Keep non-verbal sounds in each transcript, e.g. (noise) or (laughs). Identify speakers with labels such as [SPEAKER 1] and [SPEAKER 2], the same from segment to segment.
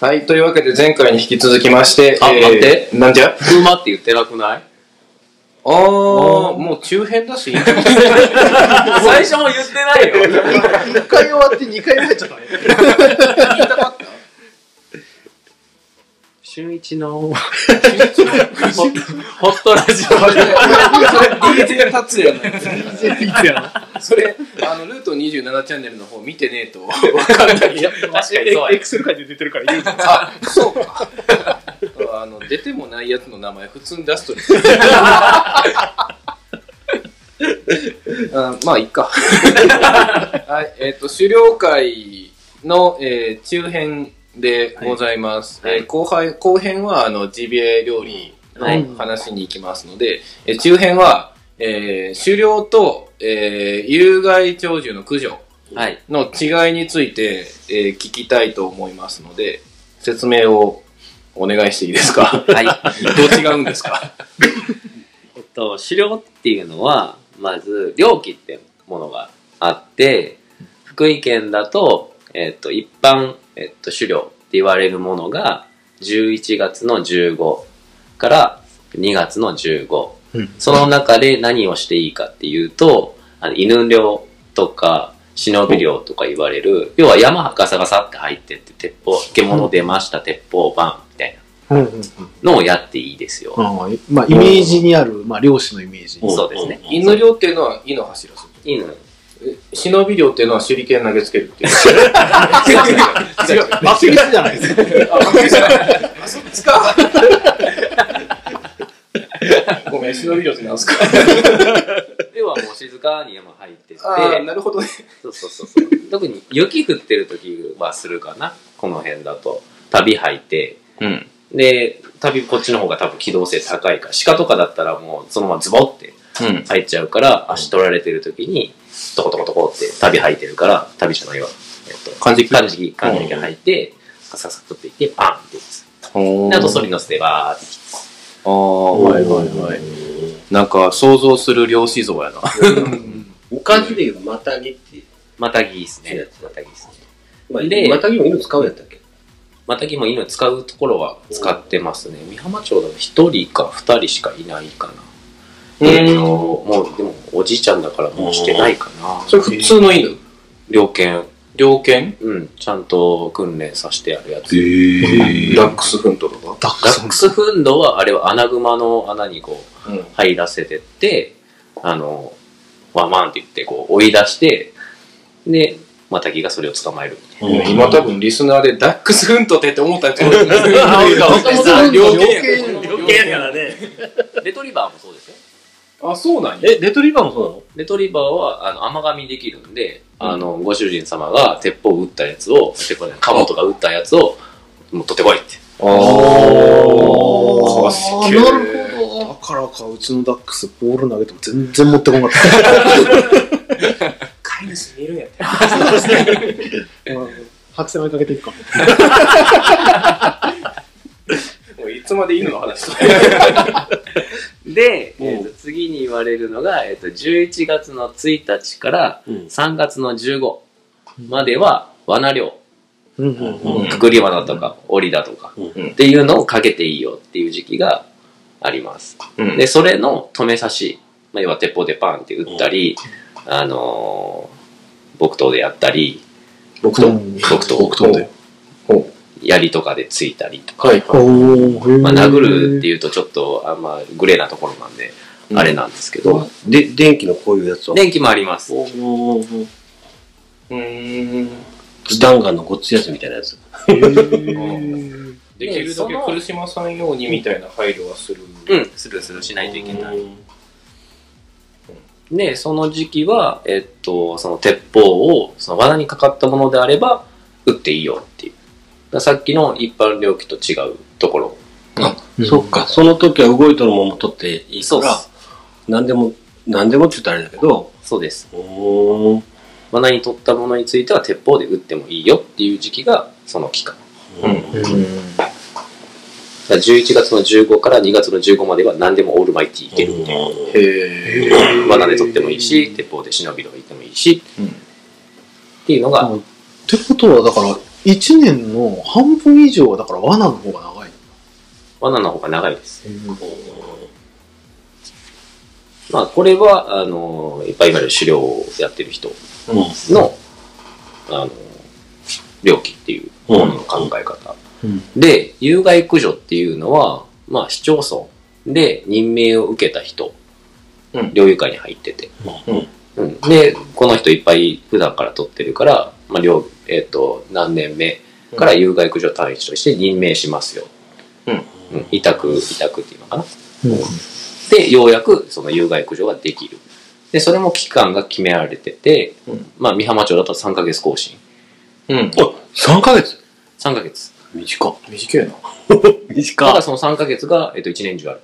[SPEAKER 1] はい、というわけで前回に引き続きまして、
[SPEAKER 2] あ待って
[SPEAKER 1] なんじゃ
[SPEAKER 2] 車って言ってなくない
[SPEAKER 1] あー、もう中編だし、
[SPEAKER 2] 最初も言ってない (laughs) よ。
[SPEAKER 3] 1回終わって2回目入っちゃったね。
[SPEAKER 2] 俊一の、ホットラジオ。
[SPEAKER 1] DJ 達也なんですよ
[SPEAKER 3] DJ いつやな。
[SPEAKER 1] それ、あの、ルート27チャンネルの方見てねえと。
[SPEAKER 2] いや、確かにそう
[SPEAKER 3] エ
[SPEAKER 2] や
[SPEAKER 3] ク。セル界で出てるから言うな
[SPEAKER 1] あ、そうか。あの、出てもないやつの名前普通に出すとです
[SPEAKER 2] (laughs)
[SPEAKER 1] ねあまあ、いっか。はい、えっ、と、狩猟会の、えー中編でございます。
[SPEAKER 2] はい
[SPEAKER 1] えー後輩、後編は、あの、ジビエ料理
[SPEAKER 2] はい
[SPEAKER 1] の話に行きますので、えー中編は、えー狩猟と、えー有害鳥獣の駆除。
[SPEAKER 2] はい。
[SPEAKER 1] の違いについて、えー聞きたいと思いますので、説明をお願いしていいですか
[SPEAKER 2] は
[SPEAKER 1] (laughs)
[SPEAKER 2] い。
[SPEAKER 1] どう違うんですか
[SPEAKER 2] えっと、狩猟っていうのは、まず、猟期ってものがあって、福井県だと、えっと、一般、えっと、狩猟って言われるものが、11月の15から2月の15。
[SPEAKER 3] うん
[SPEAKER 2] その中で何をしていいかっていうと、あの犬猟とか、忍び猟とか言われる、要は山ガサガサって入ってって、鉄砲、獣出ました、鉄砲バンみたい
[SPEAKER 3] うんうんうん。
[SPEAKER 2] なのをやっていいですよ。
[SPEAKER 3] あーまあ、イメージにある、まあ、漁師のイメージ。
[SPEAKER 2] うんそうですね
[SPEAKER 1] (laughs) 犬猟っていうのは犬を走らせる。
[SPEAKER 2] 犬
[SPEAKER 1] え忍び猟っていうのは手裏剣投げつけるって (laughs) いう。
[SPEAKER 3] 違う、負けじゃないですか。
[SPEAKER 1] あ、間違えたあそっちか。 (laughs) ごめん、忍び猟ってなんすか
[SPEAKER 2] 要はもう静かに山入ってて、
[SPEAKER 1] (laughs) ああ、なるほどね。
[SPEAKER 2] そうそうそうそう。特に雪降ってる時はするかな、この辺だと。旅履いて、
[SPEAKER 1] うん。
[SPEAKER 2] で、旅こっちの方が多分機動性高いから、鹿とかだったらもうそのままズボって
[SPEAKER 1] うん。
[SPEAKER 2] 入っちゃうから、足取られてる時に、トコトコトコって旅履いてるから、旅じゃないわ。えっと、
[SPEAKER 1] 漢字切る
[SPEAKER 2] 漢字切漢字切履いて、カサカサ取っていって、パンってやつ。
[SPEAKER 1] ほ
[SPEAKER 2] であと、そりの捨てバーって切
[SPEAKER 1] ああ、はいはいはい。なんか、想像する猟師像やな。
[SPEAKER 4] おかずでいうまたぎっていう。
[SPEAKER 2] ってまたぎです
[SPEAKER 4] そう
[SPEAKER 2] ね
[SPEAKER 4] やつ。
[SPEAKER 2] またぎですね。
[SPEAKER 4] まあ、
[SPEAKER 2] で
[SPEAKER 4] またぎも犬使うやったっけ
[SPEAKER 2] またぎも犬使うところは使ってますね。美浜町だと1人か2人しかいないかな。えっと、もう、でも、おじいちゃんだからもうしてないかな。
[SPEAKER 1] それ普通の犬
[SPEAKER 2] 猟犬、
[SPEAKER 1] 猟犬
[SPEAKER 2] うん、ちゃんと訓練させてやるやつ。
[SPEAKER 1] ダックスフントとか
[SPEAKER 3] ダ
[SPEAKER 2] ダ
[SPEAKER 3] ッ
[SPEAKER 2] ッ
[SPEAKER 3] ク
[SPEAKER 2] ク
[SPEAKER 3] ス。
[SPEAKER 2] スフンドは、あれは穴熊の穴にこう、
[SPEAKER 1] うん。
[SPEAKER 2] 入らせてって、あの、ワンワンって言って、こう、追い出して、で、マタギがそれを捕まえるみたい
[SPEAKER 1] う
[SPEAKER 2] な。
[SPEAKER 1] ん今多分リスナーでダックスフントってって思ったやつ多いと思う
[SPEAKER 3] ダックスフン
[SPEAKER 1] 猟
[SPEAKER 3] ド
[SPEAKER 1] 犬
[SPEAKER 4] 余計やからね。
[SPEAKER 2] レトリバーもそうですよ。
[SPEAKER 1] あ、そうなんや。
[SPEAKER 4] え、レトリバーもそう
[SPEAKER 2] レトリバーは、あの、甘噛みできるんで、あの、ご主人様が鉄砲を撃ったやつを、鉄砲ね、カモとか撃ったやつを、もう取ってこいって。
[SPEAKER 1] お
[SPEAKER 3] あ
[SPEAKER 1] ー
[SPEAKER 3] ーなるほど。だからか、うちのダックス、ボール投げても全然持ってこなかった。 (laughs)
[SPEAKER 1] 飼い主見るんやった
[SPEAKER 3] うん白線追いかけていくか。
[SPEAKER 1] もういつまで犬の話
[SPEAKER 2] で、
[SPEAKER 4] うん
[SPEAKER 2] えーと次に言われるのが、えーと11月の1日から
[SPEAKER 4] うん
[SPEAKER 2] 3月の15までは罠漁、
[SPEAKER 3] うんうん
[SPEAKER 4] うん
[SPEAKER 2] くくり罠とか檻だとか、
[SPEAKER 4] うん
[SPEAKER 2] っていうのをかけていいよっていう時期があります。
[SPEAKER 1] うん
[SPEAKER 2] で、それの止め刺し、まあ、要は鉄砲でパンって撃ったり、あのー、木刀でやったり、
[SPEAKER 1] 僕
[SPEAKER 3] う
[SPEAKER 1] と
[SPEAKER 3] ん
[SPEAKER 2] 木刀、
[SPEAKER 3] 木刀で
[SPEAKER 2] 槍とかでついたりとか、
[SPEAKER 1] はいはい。
[SPEAKER 3] おー、へー
[SPEAKER 2] まあ、殴るっていうとちょっとあんまグレーなところなんで、あれなんですけど、
[SPEAKER 4] だ。で、電気のこういうやつは。
[SPEAKER 2] 電気もあります。
[SPEAKER 4] おーおーおー
[SPEAKER 1] うーん。
[SPEAKER 4] スタンガンのごっついやつみたいなやつ。
[SPEAKER 3] へー
[SPEAKER 1] できるだけ苦しまさんようにみたいな配慮はする。
[SPEAKER 2] うん、するするしないといけない。で、その時期は、えっと、その鉄砲を、その罠にかかったものであれば、撃っていいよっていう。だからさっきの一般猟奇と違うところ。
[SPEAKER 4] そっか、その時は動いとるもんも取っていい
[SPEAKER 2] そ
[SPEAKER 4] か
[SPEAKER 2] うっ
[SPEAKER 4] ら
[SPEAKER 2] す、
[SPEAKER 4] 何でも、何でもって言ったらあれだけど、
[SPEAKER 2] そうです。
[SPEAKER 4] おー
[SPEAKER 2] 罠に取ったものについては鉄砲で撃ってもいいよっていう時期が、その期間。
[SPEAKER 1] う
[SPEAKER 4] うんん。
[SPEAKER 2] だから11月の15から2月の15までは何でもオールマイティーいけるみたい
[SPEAKER 1] へえ。
[SPEAKER 2] な。罠で取ってもいいし、鉄砲で忍びで行ってもいいし、
[SPEAKER 1] うん
[SPEAKER 2] っていうのが、
[SPEAKER 3] ってことは、だから、 1年の半分以上はだから罠の方が長い。
[SPEAKER 2] 罠の方が長いです。まあ、これは、あの、いっぱいいわゆる狩猟をやってる人の、あの、猟奇っていうものの考え方。
[SPEAKER 3] うん
[SPEAKER 2] で、有害駆除っていうのは、まあ、市町村で任命を受けた人、
[SPEAKER 1] うん
[SPEAKER 2] 猟友会に入ってて、
[SPEAKER 4] うん
[SPEAKER 2] うんで、この人いっぱい普段から取ってるから、まあ、猟、えっ、と、何年目から有害駆除単位として任命しますよ。
[SPEAKER 1] うん
[SPEAKER 2] うん委託、委託っていうのかな。
[SPEAKER 3] うん
[SPEAKER 2] で、ようやくその有害駆除ができる。で、それも期間が決められてて、
[SPEAKER 1] うん
[SPEAKER 2] まあ、美浜町だと3ヶ月更新。
[SPEAKER 1] うん。
[SPEAKER 4] 3ヶ月
[SPEAKER 2] 3ヶ月。
[SPEAKER 4] 短っ。
[SPEAKER 1] 短いな。
[SPEAKER 2] ただ
[SPEAKER 4] 短っ。
[SPEAKER 2] その3ヶ月が、えっと、1年中ある。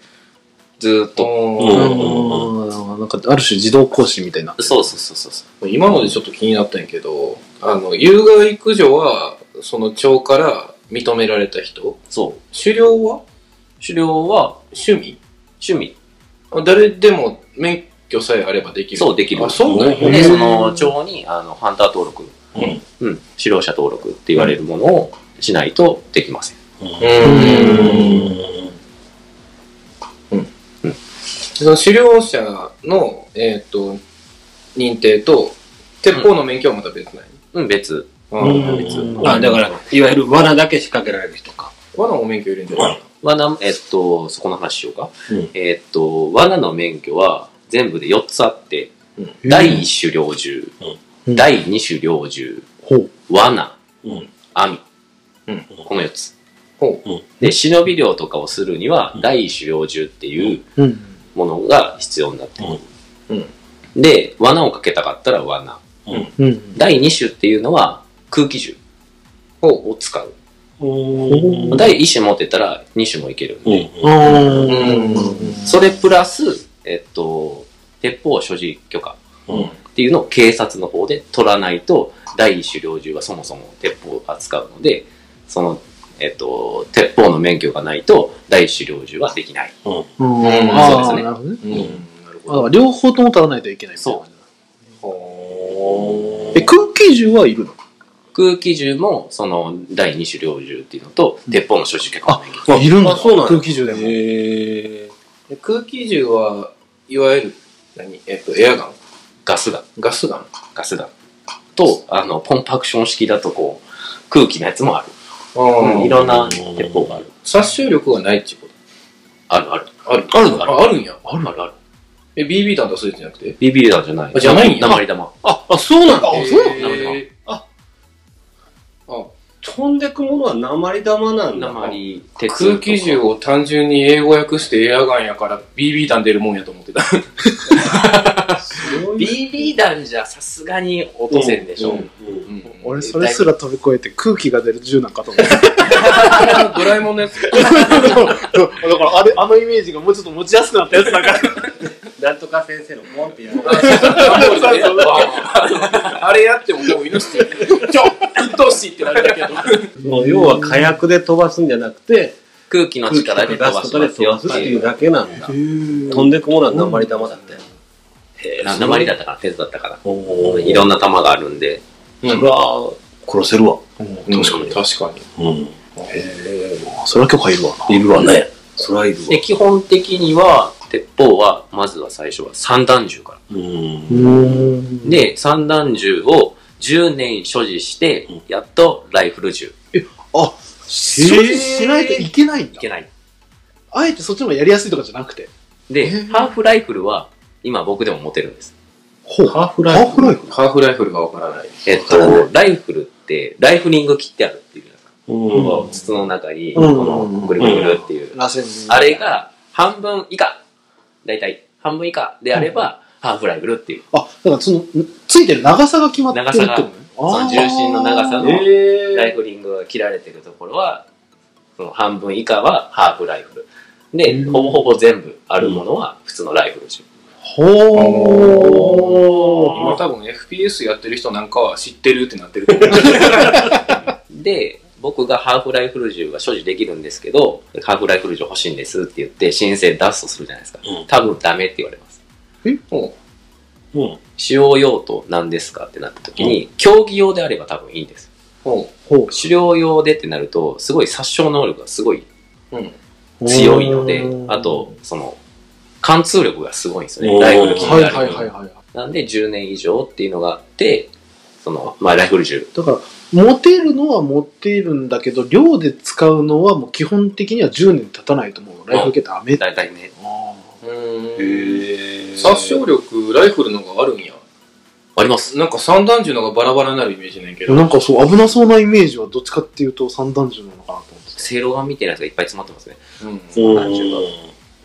[SPEAKER 2] ずーっ
[SPEAKER 1] と
[SPEAKER 2] と。
[SPEAKER 4] うん
[SPEAKER 3] あーなんか、ある種自動講師みたいな。
[SPEAKER 2] そうそうそうそうそ
[SPEAKER 1] 今のでちょっと気になったんやけど、あの、有害駆除は、その町から認められた人
[SPEAKER 2] う。そう。
[SPEAKER 1] 狩猟は
[SPEAKER 2] 狩猟は
[SPEAKER 1] 趣味
[SPEAKER 2] 趣味。
[SPEAKER 1] 誰でも免許さえあればできる
[SPEAKER 2] そう、できる。
[SPEAKER 1] あ、そうなんや
[SPEAKER 3] へ
[SPEAKER 2] で、
[SPEAKER 3] ー
[SPEAKER 2] その町に、あの、ハンター登録。
[SPEAKER 4] うん
[SPEAKER 2] うん。狩猟者登録って言われるものをしないとできません。
[SPEAKER 1] うん。その狩猟者の、えっ、と、認定と、鉄砲の免許はまた別ない。
[SPEAKER 2] うん、別。
[SPEAKER 1] うん。
[SPEAKER 2] 別。
[SPEAKER 4] あ、だから、いわゆる罠だけ仕掛けられる人か。
[SPEAKER 1] 罠も免許いるんじゃない
[SPEAKER 2] 罠、えっと、そこの話しようか。
[SPEAKER 4] うん
[SPEAKER 2] えっと、罠の免許は全部で4つあって、
[SPEAKER 3] うん
[SPEAKER 2] 第1種猟銃、
[SPEAKER 3] うん
[SPEAKER 2] 第2種猟銃、
[SPEAKER 3] ほう。
[SPEAKER 2] 罠、
[SPEAKER 4] うん。
[SPEAKER 2] 網、
[SPEAKER 1] うん
[SPEAKER 2] この4つ。
[SPEAKER 1] ほ
[SPEAKER 2] で、忍び猟とかをするには、第1種猟銃っていう
[SPEAKER 3] うん。
[SPEAKER 2] ものが必要になってくる。
[SPEAKER 1] う。うん。
[SPEAKER 2] で、罠をかけたかったら罠。
[SPEAKER 3] うん。
[SPEAKER 2] 第2種っていうのは空気銃を使う。
[SPEAKER 4] うん
[SPEAKER 2] 第1種持ってたら2種もいけるんで、
[SPEAKER 3] あー
[SPEAKER 1] うん
[SPEAKER 2] それプラス、えっと、鉄砲所持許可
[SPEAKER 4] うん
[SPEAKER 2] っていうのを警察の方で取らないと、第一種猟銃はそもそも鉄砲を扱うので、その、えっと、鉄砲の免許がないと、第一種猟銃はできない。
[SPEAKER 3] うん
[SPEAKER 1] うん
[SPEAKER 3] あ
[SPEAKER 2] そうですね
[SPEAKER 3] ーなるほどね。
[SPEAKER 1] うん。なる
[SPEAKER 3] あだから両方とも取らないといけないみたいな感じだ。
[SPEAKER 1] ほど。
[SPEAKER 3] え、空気銃はいるの
[SPEAKER 2] 空気銃も、その、第二種猟銃っていうのと、鉄砲の所持許可の免許。
[SPEAKER 4] あ
[SPEAKER 3] いるん
[SPEAKER 4] あ
[SPEAKER 3] だ。
[SPEAKER 4] そうなんだ
[SPEAKER 3] 空気銃でも。
[SPEAKER 4] へー
[SPEAKER 1] え空気銃は、いわゆる、何えっ、と、エアガン
[SPEAKER 2] ガス弾、
[SPEAKER 1] ガスガン
[SPEAKER 2] ガス弾。と、あの、ポンプアクション式だと、こう、空気のやつもある。いろんな鉄砲がある。
[SPEAKER 1] 殺傷力はないっていうこ
[SPEAKER 2] あるある。
[SPEAKER 1] とある
[SPEAKER 2] あるの
[SPEAKER 1] あ、あるんや。
[SPEAKER 2] あるあるある。
[SPEAKER 1] え、BB 弾出すやつじゃなくて
[SPEAKER 2] ビビーダーじゃない。
[SPEAKER 1] あじゃないんや
[SPEAKER 2] 鉛玉。
[SPEAKER 4] あ、あ、そうなんだ。
[SPEAKER 1] えー
[SPEAKER 4] あ
[SPEAKER 1] あ、
[SPEAKER 4] 飛んでくものは鉛玉なんだ。
[SPEAKER 2] 鉛、鉄とか
[SPEAKER 1] 空気銃を単純に英語訳してエアガンやから BB 弾出るもんやと思ってた。 (laughs)
[SPEAKER 4] そういう
[SPEAKER 2] BB 弾じゃさすがに落とせんでしょ。
[SPEAKER 4] うん
[SPEAKER 1] うん
[SPEAKER 3] 俺、それすら飛び越えて空気が出る銃なんかと思って。
[SPEAKER 1] ドラえもんのやつ。
[SPEAKER 3] (laughs) だから、あれ、あのイメージがもうちょっと持ちやすくなったやつだから。
[SPEAKER 4] なんとか先生のポンってやる。
[SPEAKER 1] あれやってももう命って、ちょ、うっとうしいってなるだけ
[SPEAKER 3] (laughs)
[SPEAKER 1] ど。
[SPEAKER 4] 要は火薬で飛ばすんじゃなくて、
[SPEAKER 2] 空気の
[SPEAKER 4] 空気とか
[SPEAKER 2] 力
[SPEAKER 4] 出
[SPEAKER 2] です飛ば
[SPEAKER 4] と
[SPEAKER 2] し
[SPEAKER 4] かで
[SPEAKER 2] ます
[SPEAKER 4] 飛
[SPEAKER 2] よ
[SPEAKER 4] ば
[SPEAKER 2] って
[SPEAKER 4] すって
[SPEAKER 2] い
[SPEAKER 4] いう
[SPEAKER 2] う。
[SPEAKER 4] だけなんだ。飛んでくものは鉛玉だって。へ
[SPEAKER 2] な鉛だったかな、鉄だったか
[SPEAKER 4] お
[SPEAKER 2] な。
[SPEAKER 4] ー
[SPEAKER 2] いろんな弾があるんで。
[SPEAKER 1] う
[SPEAKER 4] うわー殺せるわ。
[SPEAKER 1] ん確かに。確かに。
[SPEAKER 4] うん。
[SPEAKER 3] それは許可いるわ
[SPEAKER 4] いるわね。そりゃいるわ
[SPEAKER 2] で、。基本的には、鉄砲は、まずは最初は三弾銃から。
[SPEAKER 4] うん。
[SPEAKER 3] な。で、
[SPEAKER 2] で、三弾銃を10年所持して、やっとライフル銃。
[SPEAKER 3] 所持しないといけないん
[SPEAKER 2] い
[SPEAKER 3] だ
[SPEAKER 2] け。ない。
[SPEAKER 3] あえてそっちの方がやりやすいとかじゃなくて。
[SPEAKER 2] で
[SPEAKER 3] へー、
[SPEAKER 2] ハーフライフルは、今僕でも持てるんです。
[SPEAKER 3] ほう。ハ
[SPEAKER 4] ハーフライ
[SPEAKER 3] ー
[SPEAKER 4] フ
[SPEAKER 3] フライフ
[SPEAKER 1] ハーフライフルがわからない。
[SPEAKER 2] えっ
[SPEAKER 4] わから
[SPEAKER 2] と、ライフルって、ライフリング切ってあるっていうじゃないですか。
[SPEAKER 4] うん
[SPEAKER 2] 筒の中に、こ
[SPEAKER 3] うん
[SPEAKER 2] の、ぐるぐるぐるっていう。
[SPEAKER 3] 螺旋
[SPEAKER 2] あれ。が、半分以下。だいたい、半分以下であれば、ハーフライフルっていう。
[SPEAKER 3] あ、だからその、ついてる長さが決まってるってことね
[SPEAKER 2] その重心の長さの
[SPEAKER 3] え
[SPEAKER 2] ライフリングが切られてるところは、その半分以下はハーフライフル。で、
[SPEAKER 3] うん
[SPEAKER 2] ほぼほぼ全部あるものは、普通のライフル銃。
[SPEAKER 3] ほ
[SPEAKER 1] 今
[SPEAKER 3] う。
[SPEAKER 1] 多分 FPS やってる人なんかは知ってるってなってると思う。
[SPEAKER 2] で、僕がハーフライフル銃が所持できるんですけど、ハーフライフル銃欲しいんですって言って、申請出すとするじゃないですか
[SPEAKER 4] うん。
[SPEAKER 2] 多分ダメって言われます。
[SPEAKER 1] も
[SPEAKER 4] うん。
[SPEAKER 2] 使用用途なんですかってなった時に、競技用であれば多分いいんです。
[SPEAKER 1] ほ。
[SPEAKER 3] ほ
[SPEAKER 2] 狩猟用でってなると、すごい殺傷能力がすごいう
[SPEAKER 1] うん。
[SPEAKER 3] う
[SPEAKER 2] 強いので
[SPEAKER 3] う、ん
[SPEAKER 2] あと、その、貫通力がすごいんですよ
[SPEAKER 4] お
[SPEAKER 2] ね。
[SPEAKER 4] ー
[SPEAKER 2] ライフル
[SPEAKER 4] 気
[SPEAKER 2] 機
[SPEAKER 3] はい
[SPEAKER 2] にな
[SPEAKER 3] はい
[SPEAKER 2] る
[SPEAKER 3] はいはい。
[SPEAKER 2] なんで10年以上っていうのがあって、その、まあライフル銃。
[SPEAKER 3] だから、持てるのは持っているんだけど、量で使うのはもう基本的には10年経たないと思う。ライフル系ダメだ。
[SPEAKER 2] だいたいね。
[SPEAKER 1] うーん。
[SPEAKER 4] へ
[SPEAKER 1] 殺傷力、ライフルの方があるんや。
[SPEAKER 2] あります。
[SPEAKER 1] なんか散弾銃の方がバラバラになるイメージなんやけど。
[SPEAKER 3] なんかそう、危なそうなイメージはどっちかっていうと三段銃なのかなと思って
[SPEAKER 2] セいろがみたいなやつがいっぱい詰まってますね。
[SPEAKER 1] うん。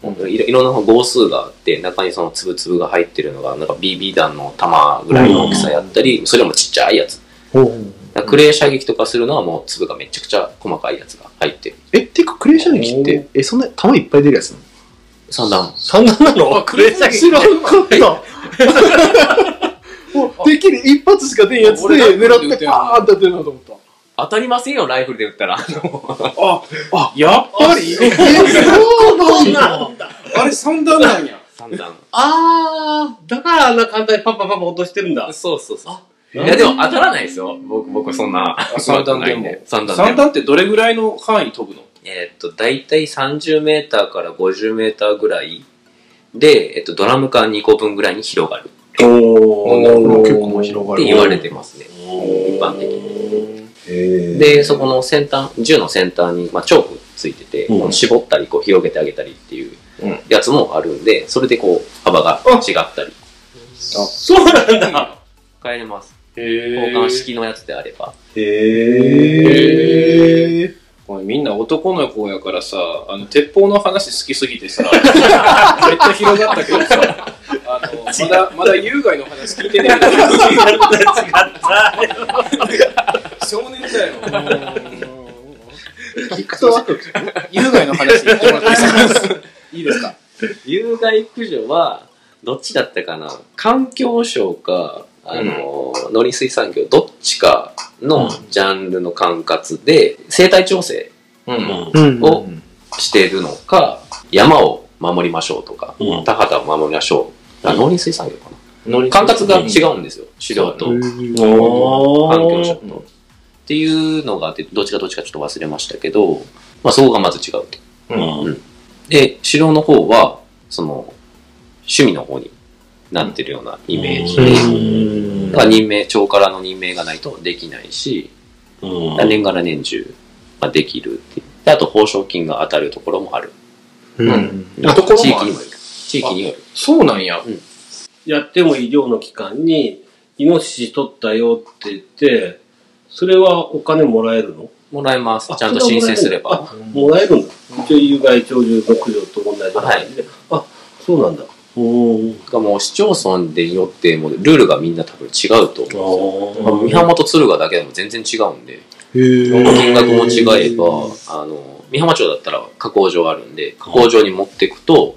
[SPEAKER 2] 本当にいろいろんな号数があって、中にその粒々が入ってるのが、なんか BB 弾の弾ぐらいの大きさやったり、それもちっちゃいやつ。
[SPEAKER 3] た。ほう
[SPEAKER 2] だからクレー射撃とかするのはもう粒がめちゃくちゃ細かいやつが入ってる。
[SPEAKER 3] え、ていうか、クレー射撃っ
[SPEAKER 1] お
[SPEAKER 3] て、え、そんな弾いっぱい出るやつなの
[SPEAKER 2] 三段。
[SPEAKER 3] 三段なの
[SPEAKER 1] あクレー射撃
[SPEAKER 3] 知らんかった。もう、てっきり一発しか出んやつで
[SPEAKER 1] 俺なんか
[SPEAKER 3] 狙ってパーンって出るなと思った。
[SPEAKER 2] 当たりませんよ、ライフルで撃ったら。
[SPEAKER 1] やっぱり
[SPEAKER 3] え、そうなんだ
[SPEAKER 1] あれ散弾なんや。
[SPEAKER 2] (laughs) 三段。
[SPEAKER 4] あー、だからあんな簡単にパンパンパンパン落としてるんだ。
[SPEAKER 2] そうそうそう。いや、でも当たらないですよ。僕、僕そんな。
[SPEAKER 1] (laughs) 三段でも。
[SPEAKER 2] 三段で
[SPEAKER 1] 三
[SPEAKER 2] も。
[SPEAKER 1] 段ってどれぐらいの範囲飛ぶの
[SPEAKER 2] えーっと、だいたい30メーターから50メーターぐらいで、えっと、ドラム缶2個分ぐらいに広がるっ
[SPEAKER 4] お
[SPEAKER 3] もう結構もう広が
[SPEAKER 2] て
[SPEAKER 3] る。
[SPEAKER 2] 言われてますね。一般的に。で、そこの先端、銃の先端に、まあ、チョークついてて、
[SPEAKER 4] うん
[SPEAKER 2] 絞ったり、こう、広げてあげたりっていう
[SPEAKER 1] うん
[SPEAKER 2] やつもあるんで、それでこう、幅が違ったり。
[SPEAKER 4] そうなんだ。
[SPEAKER 2] 変えれます。
[SPEAKER 1] へ
[SPEAKER 2] 交
[SPEAKER 1] ぇ
[SPEAKER 2] 換式のやつであれば。
[SPEAKER 3] へー。
[SPEAKER 1] おいみんな男の子やからさ、あの、鉄砲の話好きすぎて (laughs) さ、めっちゃ広がったけどさ、あの、ま (laughs) だ、まだ有害の話聞いてない少年時代の (laughs)
[SPEAKER 3] 聞くと、
[SPEAKER 1] 有害の話言ってもらって (laughs) いいですか
[SPEAKER 2] 有害駆除は、どっちだったかな環境省か、あの、農林水産業、どっちかのジャンルの管轄で、生態調整
[SPEAKER 1] うん
[SPEAKER 4] うん
[SPEAKER 3] うん
[SPEAKER 2] をしてるのか、山を守りましょうとか、
[SPEAKER 4] うん
[SPEAKER 2] 田畑を守りましょう。あ農林水産業か
[SPEAKER 1] うん
[SPEAKER 2] な。管轄が違うんですよ。狩猟と
[SPEAKER 4] お
[SPEAKER 2] 環境省と。
[SPEAKER 1] うん
[SPEAKER 2] っていうのがあって、どっちがどっちかちょっと忘れましたけど、まあそこがまず違うと。
[SPEAKER 4] うん
[SPEAKER 2] で、狩猟の方は、その、趣味の方になってるようなイメージで、
[SPEAKER 4] うん
[SPEAKER 2] だから任命、長からの任命がないとできないし、
[SPEAKER 4] うん
[SPEAKER 2] 年がら年中、まあ、できるっていうであと、報奨金が当たるところもある。
[SPEAKER 3] うん。
[SPEAKER 1] あところ
[SPEAKER 2] 地
[SPEAKER 1] もあ
[SPEAKER 2] 域
[SPEAKER 1] る
[SPEAKER 2] にもよる。地域による。
[SPEAKER 1] そうなんや。
[SPEAKER 4] やっても医療の機関に、イノシシ取ったよって言って、それはお金もらえるの
[SPEAKER 2] もらえます
[SPEAKER 4] あ。
[SPEAKER 2] ちゃんと申請すれば。
[SPEAKER 4] あもらえるんだ。一応、有害鳥獣牧場と同じ感じで。あ、そうなんだ。うん。
[SPEAKER 2] がもう市町村でよって、もうルールがみんな多分違うと思うんですよ。まあ
[SPEAKER 4] あ
[SPEAKER 2] 宮本敦賀だけでも全然違うんで、
[SPEAKER 3] へー
[SPEAKER 2] 金額も違えば、あの、美浜町だったら加工場あるんで、加工場に持っていくと、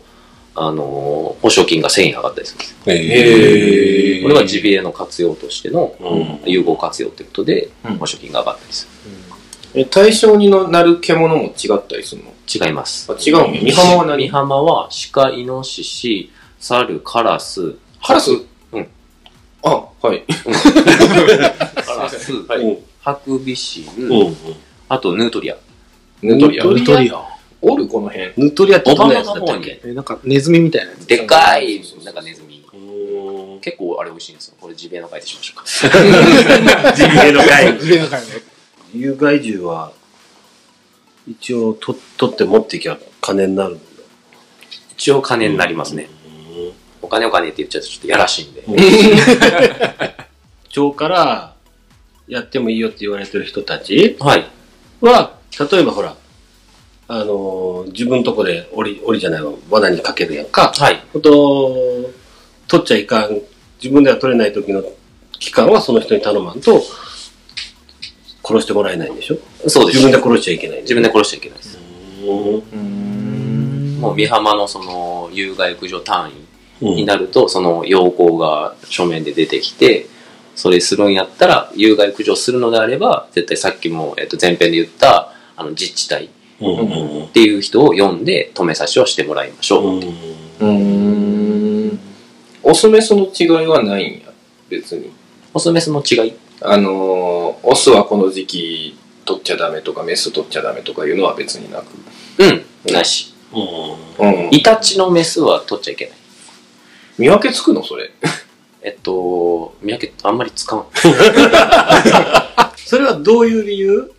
[SPEAKER 2] あの、保証金が1000円上がったりするんですよ。
[SPEAKER 1] へー
[SPEAKER 2] これはジビエの活用としての
[SPEAKER 4] うん
[SPEAKER 2] 融合活用ってことで
[SPEAKER 1] うん、
[SPEAKER 2] 保証金が上がったりす
[SPEAKER 1] え、対象になる獣も違ったりするの
[SPEAKER 2] る。違います。
[SPEAKER 1] あ、違うんや。三浜は
[SPEAKER 2] 美
[SPEAKER 1] 何
[SPEAKER 2] 浜は鹿、イノシシ、猿、カラス、
[SPEAKER 1] ハラス
[SPEAKER 2] うん。
[SPEAKER 1] あ、はい。
[SPEAKER 2] カラス、
[SPEAKER 1] はい
[SPEAKER 4] うん。
[SPEAKER 2] ハクビシ
[SPEAKER 4] う
[SPEAKER 2] ン、
[SPEAKER 4] ん。
[SPEAKER 2] あとヌートリア。
[SPEAKER 1] (laughs) ヌトリア。
[SPEAKER 3] ヌトリア。
[SPEAKER 1] おるこの辺。
[SPEAKER 3] ヌトリアって
[SPEAKER 2] オ
[SPEAKER 3] ど
[SPEAKER 2] バ
[SPEAKER 3] ん
[SPEAKER 2] マ
[SPEAKER 3] なや
[SPEAKER 2] の
[SPEAKER 3] つだっ
[SPEAKER 2] 方
[SPEAKER 3] たっ
[SPEAKER 2] に
[SPEAKER 3] けえ、なんかネズミみたいなやつ。
[SPEAKER 2] でかい、なんかネズミ。
[SPEAKER 4] うん。
[SPEAKER 2] 結構あれ美味しいんですよ。これジビエの回でしましょうか。
[SPEAKER 4] ジビエの会。
[SPEAKER 3] でかい
[SPEAKER 4] 有害獣は、一応と、取って持ってきゃ金になるんだ。
[SPEAKER 2] 一応金になりますね。
[SPEAKER 4] うん。
[SPEAKER 2] お金お金って言っちゃうとちょっとやらしいんで。
[SPEAKER 4] 町からやってもいいよって言われてる人たち
[SPEAKER 2] はい。
[SPEAKER 4] は、例えばほら、あのー自分とこで檻、檻じゃないわ、罠にかけるやんか。
[SPEAKER 2] はい。
[SPEAKER 4] ほんと、取っちゃいかん、自分では取れない時の期間はその人に頼まんと、殺してもらえないんでしょ
[SPEAKER 2] そうです。
[SPEAKER 4] 自分で殺しちゃいけないん
[SPEAKER 2] 自
[SPEAKER 4] で。
[SPEAKER 2] 分で殺しちゃいけないです。
[SPEAKER 4] う
[SPEAKER 2] もう、美浜のその、有害駆除単
[SPEAKER 4] ん
[SPEAKER 2] 位になると、その要項が書面で出てきて、それするんやったら、有害駆除するのであれば、絶対さっきも、えっと、前編で言った、あの、自治体っ
[SPEAKER 4] うんうん
[SPEAKER 2] ていう人を読んで、止めさしをしてもらいましょう。
[SPEAKER 4] うん
[SPEAKER 1] うーん。オスメスの違いはないんや。別に。
[SPEAKER 2] オスメスの違い
[SPEAKER 1] あのーオスはこの時期取っちゃダメとかメス取っちゃダメとかいうのは別になく、
[SPEAKER 2] うん、なし。
[SPEAKER 1] うん、
[SPEAKER 2] イタチのメスは取っちゃいけない。
[SPEAKER 1] 見分けつくのそれ
[SPEAKER 2] えっと、見分け、あんまりつかん。
[SPEAKER 4] それはどういう理由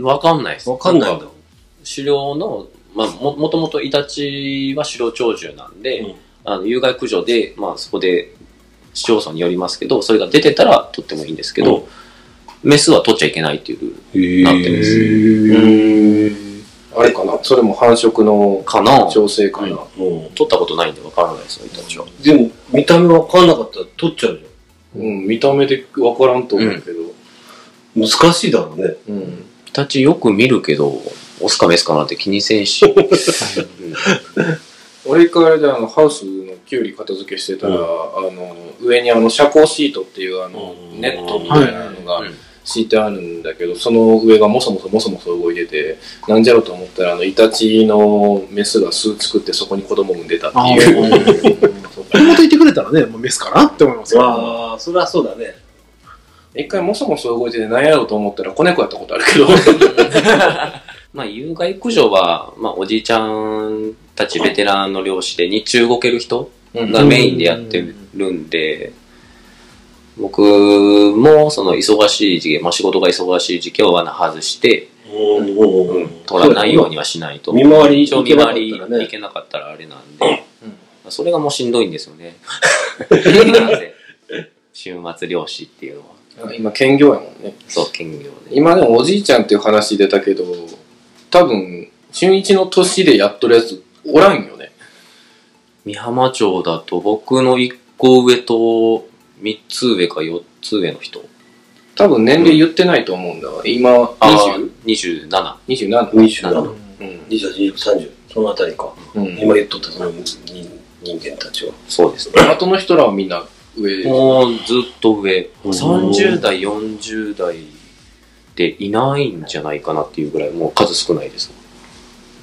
[SPEAKER 2] わかんないです。
[SPEAKER 4] わかんないんだ。
[SPEAKER 2] 狩猟の、まあ、も、もともとイタチは狩猟鳥獣なんで、
[SPEAKER 4] うん
[SPEAKER 2] あの、有害駆除で、まあ、そこで、市町村によりますけど、それが出てたら取ってもいいんですけど、メスは取っちゃいけないっていうルール
[SPEAKER 4] へ
[SPEAKER 2] なってます
[SPEAKER 1] あれかなそれも繁殖の
[SPEAKER 2] かな取
[SPEAKER 1] 調整かな、
[SPEAKER 4] うん
[SPEAKER 2] ったことないんでわからないですよ、イタチは。
[SPEAKER 4] でも、見た目わかんなかったら取っちゃう
[SPEAKER 1] うん見た目で分からんと思うけど、
[SPEAKER 4] じゃん。難しいだろうね。
[SPEAKER 1] うん
[SPEAKER 2] イタチよく見るけど、オスかメスかなんて気にせん (laughs) し。うん
[SPEAKER 1] 俺一回あれであのハウスのキュウリ片付けしてたら、
[SPEAKER 4] うん
[SPEAKER 1] あの上にあの遮光シートっていうあの
[SPEAKER 4] うん
[SPEAKER 1] ネットみたいなのが
[SPEAKER 2] うん
[SPEAKER 1] 敷いてあるんだけどその上がもそもそもそもそ動いててなんじゃろうと思ったらあのイタチのメスが巣作ってそこに子供産んでたっていう
[SPEAKER 3] あ子供といてくれたらね、もうメスかなって思いますよ。
[SPEAKER 4] ああ、それはそうだね。
[SPEAKER 1] 一回もそもそ動いててなんやろうと思ったら子猫やったことあるけど
[SPEAKER 2] まあ、有害駆除は、まあ、おじいちゃんたちベテランの漁師で、日中動ける人がメインでやってるんで、僕も、その、忙しい時期、まあ、仕事が忙しい時期は罠外して、
[SPEAKER 4] う
[SPEAKER 2] 取らないようにはしないと。
[SPEAKER 4] 見回り
[SPEAKER 2] 一応見
[SPEAKER 4] 行けなかっ
[SPEAKER 2] 回り
[SPEAKER 4] たら
[SPEAKER 2] 行
[SPEAKER 4] ね。
[SPEAKER 2] けなかったらあれなんで、
[SPEAKER 1] うん
[SPEAKER 2] それがもうしんどいんですよね。なぜ週末漁師っていうのは。
[SPEAKER 1] 今兼業やもんね
[SPEAKER 2] そう、兼業で。
[SPEAKER 1] 今でもおじいちゃんっていう話出たけど多分中一の年でやっとるやつおらんよね
[SPEAKER 2] 美浜町だと僕の1個上と3つ上か4つ上の人。
[SPEAKER 1] 多分年齢言ってないと思うんだわ今
[SPEAKER 2] あー27。
[SPEAKER 1] 2027
[SPEAKER 4] 27、
[SPEAKER 1] うん
[SPEAKER 4] 28、30、そのあたりか。
[SPEAKER 1] うん
[SPEAKER 4] 今言っとったその人人間たちは。
[SPEAKER 2] そうですね。
[SPEAKER 1] 後の人らはみんな上
[SPEAKER 2] もうずっと上。
[SPEAKER 4] うん
[SPEAKER 2] 30代、40代でいないんじゃないかなっていうぐらい、もう数少ないです。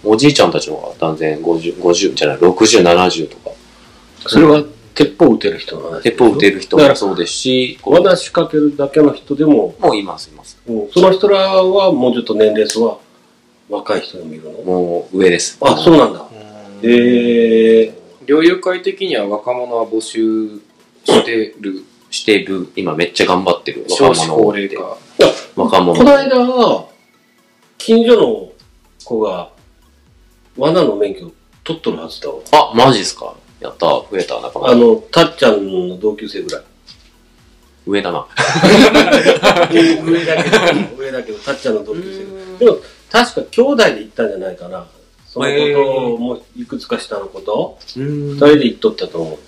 [SPEAKER 2] おじいちゃんたちの方が断然50、50じゃない、60、70とか。
[SPEAKER 4] それは鉄砲撃てる人の話。
[SPEAKER 2] 鉄砲撃てる人
[SPEAKER 4] だか
[SPEAKER 2] も
[SPEAKER 4] ら
[SPEAKER 2] そうですし、
[SPEAKER 4] 罠仕掛けるだけの人でも、
[SPEAKER 2] もういます、います。
[SPEAKER 4] うんその人らはもうちょっと年齢層は若い人でもいるの
[SPEAKER 2] もう上です。
[SPEAKER 4] あ、そうなんだ。ええ
[SPEAKER 1] 猟友会的には若者は募集してる
[SPEAKER 2] してる、今めっちゃ頑張ってる。
[SPEAKER 1] 少子
[SPEAKER 2] を
[SPEAKER 1] 高齢化
[SPEAKER 2] 若者。
[SPEAKER 4] この間は、近所の子が罠の免許取っとるはずだわ。
[SPEAKER 2] あ、マジっすか。やった、増えた、仲
[SPEAKER 4] あ
[SPEAKER 2] 間。
[SPEAKER 4] の、たっちゃんの同級生ぐ
[SPEAKER 2] (laughs)
[SPEAKER 4] らい。
[SPEAKER 2] 上だな。
[SPEAKER 4] 上だけど、上だけど、たっちゃんの同級生ぐらい。でも、確か兄弟で行ったんじゃないかな。そのことを、もういくつか下のこと、
[SPEAKER 2] うん
[SPEAKER 4] 二人で行っとったと思う。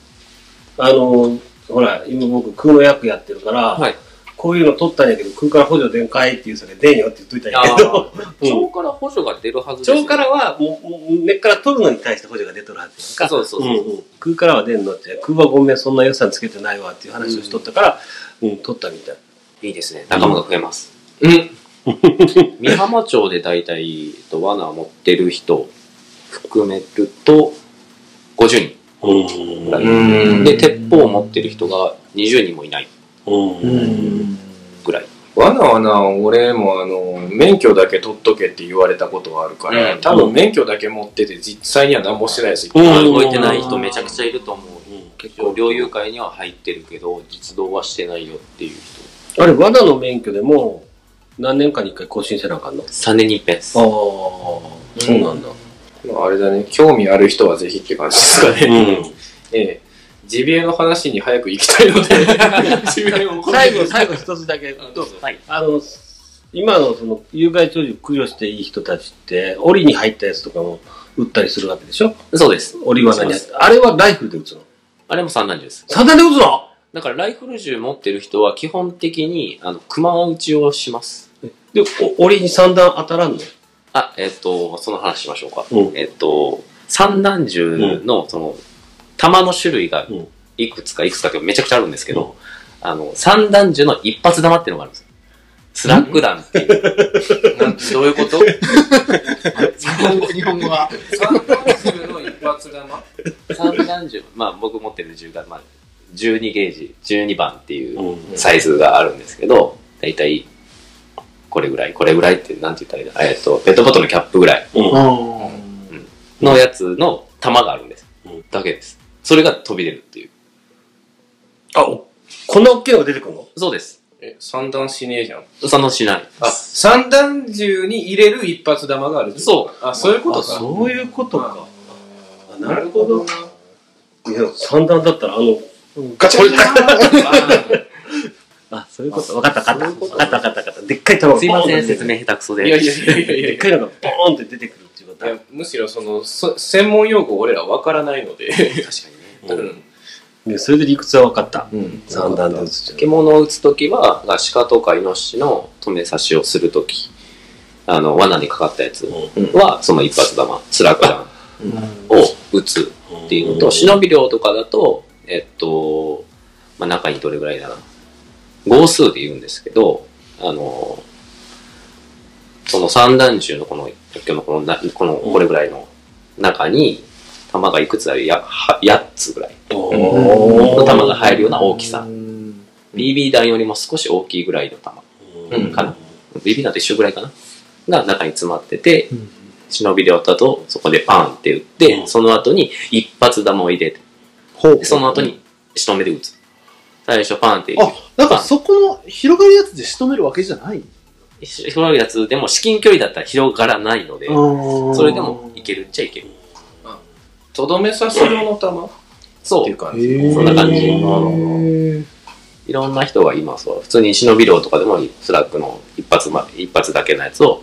[SPEAKER 4] あの、ほら、今僕、空の役やってるから、
[SPEAKER 2] はい
[SPEAKER 4] こういうの取ったんやけど、空から補助出んかいって言うそれ出んよって言っといたんや
[SPEAKER 2] あ
[SPEAKER 4] けど、 (laughs)
[SPEAKER 2] ー腸から補助が出るはずですよ
[SPEAKER 4] 腸からは、もう、もう根っから取るのに対して補助が出とるはずやんか。
[SPEAKER 2] そうそうそう。
[SPEAKER 4] うんうん空からは出んのって、空はごめん、そんな予算つけてないわっていう話をしとったから、うん、取ったみたい。
[SPEAKER 2] いいですね。仲間が増えます。うん。美浜町で大体、えっと罠を持ってる人含めると、50人ぐら
[SPEAKER 1] うん
[SPEAKER 2] い。で、鉄砲を持ってる人が20人もいないぐらい。
[SPEAKER 1] わなわな俺もあの免許だけ取っとけって言われたことはあるから、
[SPEAKER 2] うん
[SPEAKER 1] 多分免許だけ持ってて実際には何もしてないです、
[SPEAKER 4] うん
[SPEAKER 2] 動いてない人めちゃくちゃいると思う。
[SPEAKER 4] 結
[SPEAKER 2] 今
[SPEAKER 4] 構
[SPEAKER 2] 日、猟友会には入ってるけど、実動はしてないよっていう人。
[SPEAKER 4] あれ、罠の免許でも、何年かに一回更新せなあかんのあ
[SPEAKER 2] 3年に一遍です。
[SPEAKER 4] あ、そうなんだ。
[SPEAKER 1] まああれだね興味ある人はぜひって感じですかね、
[SPEAKER 4] うん
[SPEAKER 1] ええジビエの話に早く行きたいのでジビエを
[SPEAKER 4] 最後、最後一つだけ、
[SPEAKER 2] はい。
[SPEAKER 4] あの、今のその、有害鳥獣駆除していい人たちって、檻に入ったやつとかも撃ったりするわけでしょ
[SPEAKER 2] そうです。
[SPEAKER 4] 檻罠に入った。あれはライフルで撃つの
[SPEAKER 2] あれも三男銃です。
[SPEAKER 4] 三段で撃つの
[SPEAKER 2] だからライフル銃持ってる人は基本的に、あの、熊撃ちをします。
[SPEAKER 4] で、お檻に三段当たらんの
[SPEAKER 2] あ、えっ、と、その話しましょうか。
[SPEAKER 4] うん
[SPEAKER 2] えっ、と、三段銃の、その、弾の種類が
[SPEAKER 4] うん
[SPEAKER 2] いくつかいくつかってめちゃくちゃあるんですけど、あの、三段銃の一発弾っていうのがあるんですよ。スラッグ弾っていう。
[SPEAKER 1] なんどういうこと
[SPEAKER 3] 日本語は。
[SPEAKER 1] 三本銃の一発玉
[SPEAKER 2] (laughs) 三段銃、まあ僕持ってる銃が、まあ、 12ゲージ、12番っていううんサイズがあるんですけど、だいたいこれぐらい、これぐらいってなんて言ったらいいんだえっ、と、ペットボトルのキャップぐらい
[SPEAKER 4] うん
[SPEAKER 3] あ
[SPEAKER 2] のやつの玉があるんです
[SPEAKER 4] うん。
[SPEAKER 2] だけです。それが飛び出るっていう。
[SPEAKER 4] あ、おこんな大きいのが出てくるの
[SPEAKER 2] そうです。
[SPEAKER 1] え、三段しねえじゃん。
[SPEAKER 2] そのしない。
[SPEAKER 1] あ、三段銃に入れる一発玉がある。。
[SPEAKER 2] そう
[SPEAKER 1] あ、そういうこと
[SPEAKER 4] あ、
[SPEAKER 1] か。
[SPEAKER 4] そういうことか。あなる
[SPEAKER 1] ほ
[SPEAKER 4] ほど
[SPEAKER 1] ど。
[SPEAKER 4] いや、三段だったら、あの、
[SPEAKER 3] ーガチャガチャ
[SPEAKER 4] あ、そういうこと。わかったわかった。わかったわかったわかった。でっかい卵が
[SPEAKER 2] すいません、
[SPEAKER 4] 出てく
[SPEAKER 2] 説
[SPEAKER 4] る
[SPEAKER 2] 明下手くそで。
[SPEAKER 1] いやいやいやいやいや
[SPEAKER 4] でっかいのがボーンって出てくるっていうこと
[SPEAKER 1] いやむしろそのそ専門用語俺らわからないので、
[SPEAKER 2] 確かにね。
[SPEAKER 4] だうんでそれで理屈はわかった。
[SPEAKER 1] うん、
[SPEAKER 4] 三段で打つじ
[SPEAKER 2] 獣を撃つときは、まあ鹿とかイノシシの止め刺しをするとき、あの、罠にかかったやつ
[SPEAKER 4] ゃん。っ
[SPEAKER 2] は、その一発玉、スラク弾を撃つっていうのと、忍び量とかだと、えっと、まあ、中にどれぐらいだな。号数で言うんですけど、あの、その三段銃のこの、今日のこのな、この、これぐらいの中に、弾がいくつあるや、は8つぐらいの弾が入るような大きさ。
[SPEAKER 3] うん。
[SPEAKER 2] BB 弾よりも少し大きいぐらいの弾。
[SPEAKER 1] うん
[SPEAKER 2] かな。BB 弾と一緒ぐらいかな。が中に詰まってて、忍びで渡ったと、そこでパンって打って、
[SPEAKER 4] うん
[SPEAKER 2] その後に一発弾を入れて、
[SPEAKER 3] ほう
[SPEAKER 2] で。その後に仕留めて打つ。最初パンって、
[SPEAKER 3] あ、なんかそこの広がるやつで仕留めるわけじゃない
[SPEAKER 2] 広いやつでも至近距離だったら広がらないので、そ
[SPEAKER 3] そ
[SPEAKER 2] れでもいけるっちゃいける。
[SPEAKER 1] とどめ刺し用の玉
[SPEAKER 2] そ
[SPEAKER 1] っていう
[SPEAKER 2] う。
[SPEAKER 1] 感じ、
[SPEAKER 3] そ
[SPEAKER 2] そんな感じ
[SPEAKER 3] へ
[SPEAKER 2] いろんな人がいますわ。普通に忍び量とかでもスラックの一発ま、一発だけのやつを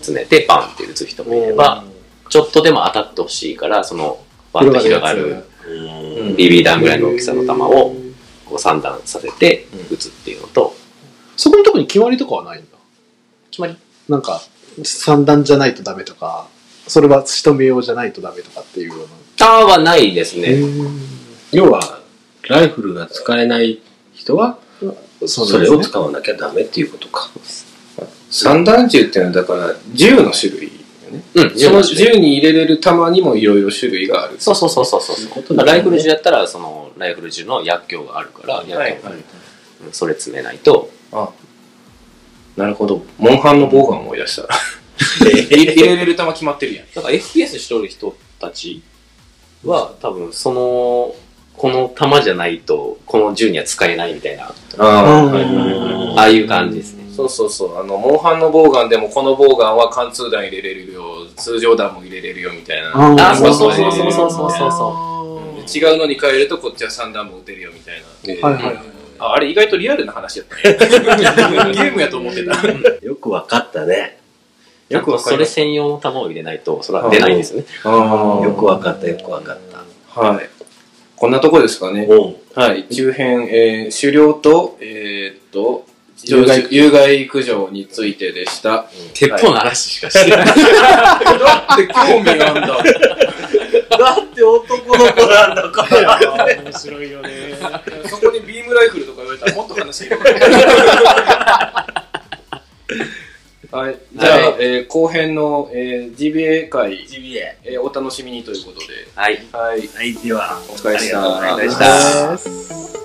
[SPEAKER 2] 詰めてパンって打つ人もいれば、ちょっとでも当たってほしいから、その、バッと広がる BB 弾ぐらいの大きさの球をこう三段させて打つっていうのと、
[SPEAKER 3] そこのとこに決まりとかはないんだ。
[SPEAKER 2] 決まり
[SPEAKER 3] なんか、三段じゃないとダメとか、それは仕留めようじゃないとダメとかっていうような。
[SPEAKER 2] ターはないです
[SPEAKER 3] へ
[SPEAKER 2] ね。
[SPEAKER 4] 要は、ライフルが使えない人は、
[SPEAKER 3] ーそう
[SPEAKER 4] そ
[SPEAKER 3] なんで
[SPEAKER 4] れ
[SPEAKER 3] すね
[SPEAKER 4] を使わなきゃダメっていうことか。
[SPEAKER 1] 三段銃っていうのはだから銃の種類よね
[SPEAKER 2] うん、
[SPEAKER 1] その銃に入れれる玉にもいろいろ種類がある
[SPEAKER 2] そうそうそうそうそう
[SPEAKER 4] そういう
[SPEAKER 2] そ
[SPEAKER 4] こ
[SPEAKER 2] う
[SPEAKER 4] と
[SPEAKER 2] だ
[SPEAKER 4] だよね
[SPEAKER 2] からライフル銃やったらそのライフル銃の薬莢があるから薬莢、
[SPEAKER 1] はい
[SPEAKER 2] うんそれ詰めないと
[SPEAKER 1] あなるほどモンハンの棒が思い出した (laughs) 入れ入れれる玉決まってるやん
[SPEAKER 2] だから FPS しとる人たちは多分そのこの弾じゃないとこの銃には使えないみたいな
[SPEAKER 3] あー
[SPEAKER 1] はいはい
[SPEAKER 2] ああいう感じですね
[SPEAKER 1] そうそうそう、あの、モンハンのボウガンでも、このボウガンは貫通弾入れれるよ、通常弾も入れれるよみたいな。
[SPEAKER 3] あー
[SPEAKER 2] あそうそうそうそうそうそうそ
[SPEAKER 1] うん
[SPEAKER 2] う
[SPEAKER 1] 違うのに変えると、こっちは3弾も打てるよみたいな。
[SPEAKER 3] はいはいはい。
[SPEAKER 1] ああれ、意外とリアルな話やった
[SPEAKER 2] (laughs)
[SPEAKER 1] ね。ゲームやと思ってた。
[SPEAKER 4] よくわかったね。
[SPEAKER 1] よくわか
[SPEAKER 2] そ
[SPEAKER 1] りま
[SPEAKER 2] れ
[SPEAKER 1] し
[SPEAKER 2] 専用の弾を入れないとそれは出ないんですよね
[SPEAKER 1] た。よ
[SPEAKER 4] よくわかった、よくわかった。
[SPEAKER 1] はい。こんなとこですかね。
[SPEAKER 4] うん。
[SPEAKER 1] はい。中編、えー、狩猟と、えーっと、
[SPEAKER 3] 有害
[SPEAKER 1] 有害駆除についてでした。
[SPEAKER 2] 鉄砲の嵐しかしてない、
[SPEAKER 1] だって興味あんだ。
[SPEAKER 4] だって男の子なんだから。
[SPEAKER 3] 面白いよね。
[SPEAKER 1] (laughs) そこにビームライフルとか言われたらもっと話広がる。はい、じゃあ、
[SPEAKER 2] は
[SPEAKER 1] えー後編の、えー、GBA 会、
[SPEAKER 4] GBA。
[SPEAKER 1] えーお楽しみにということで、
[SPEAKER 2] はい
[SPEAKER 1] はい、
[SPEAKER 4] はい、では、
[SPEAKER 1] お疲れ様でした
[SPEAKER 4] ありがとうございました。
[SPEAKER 3] です。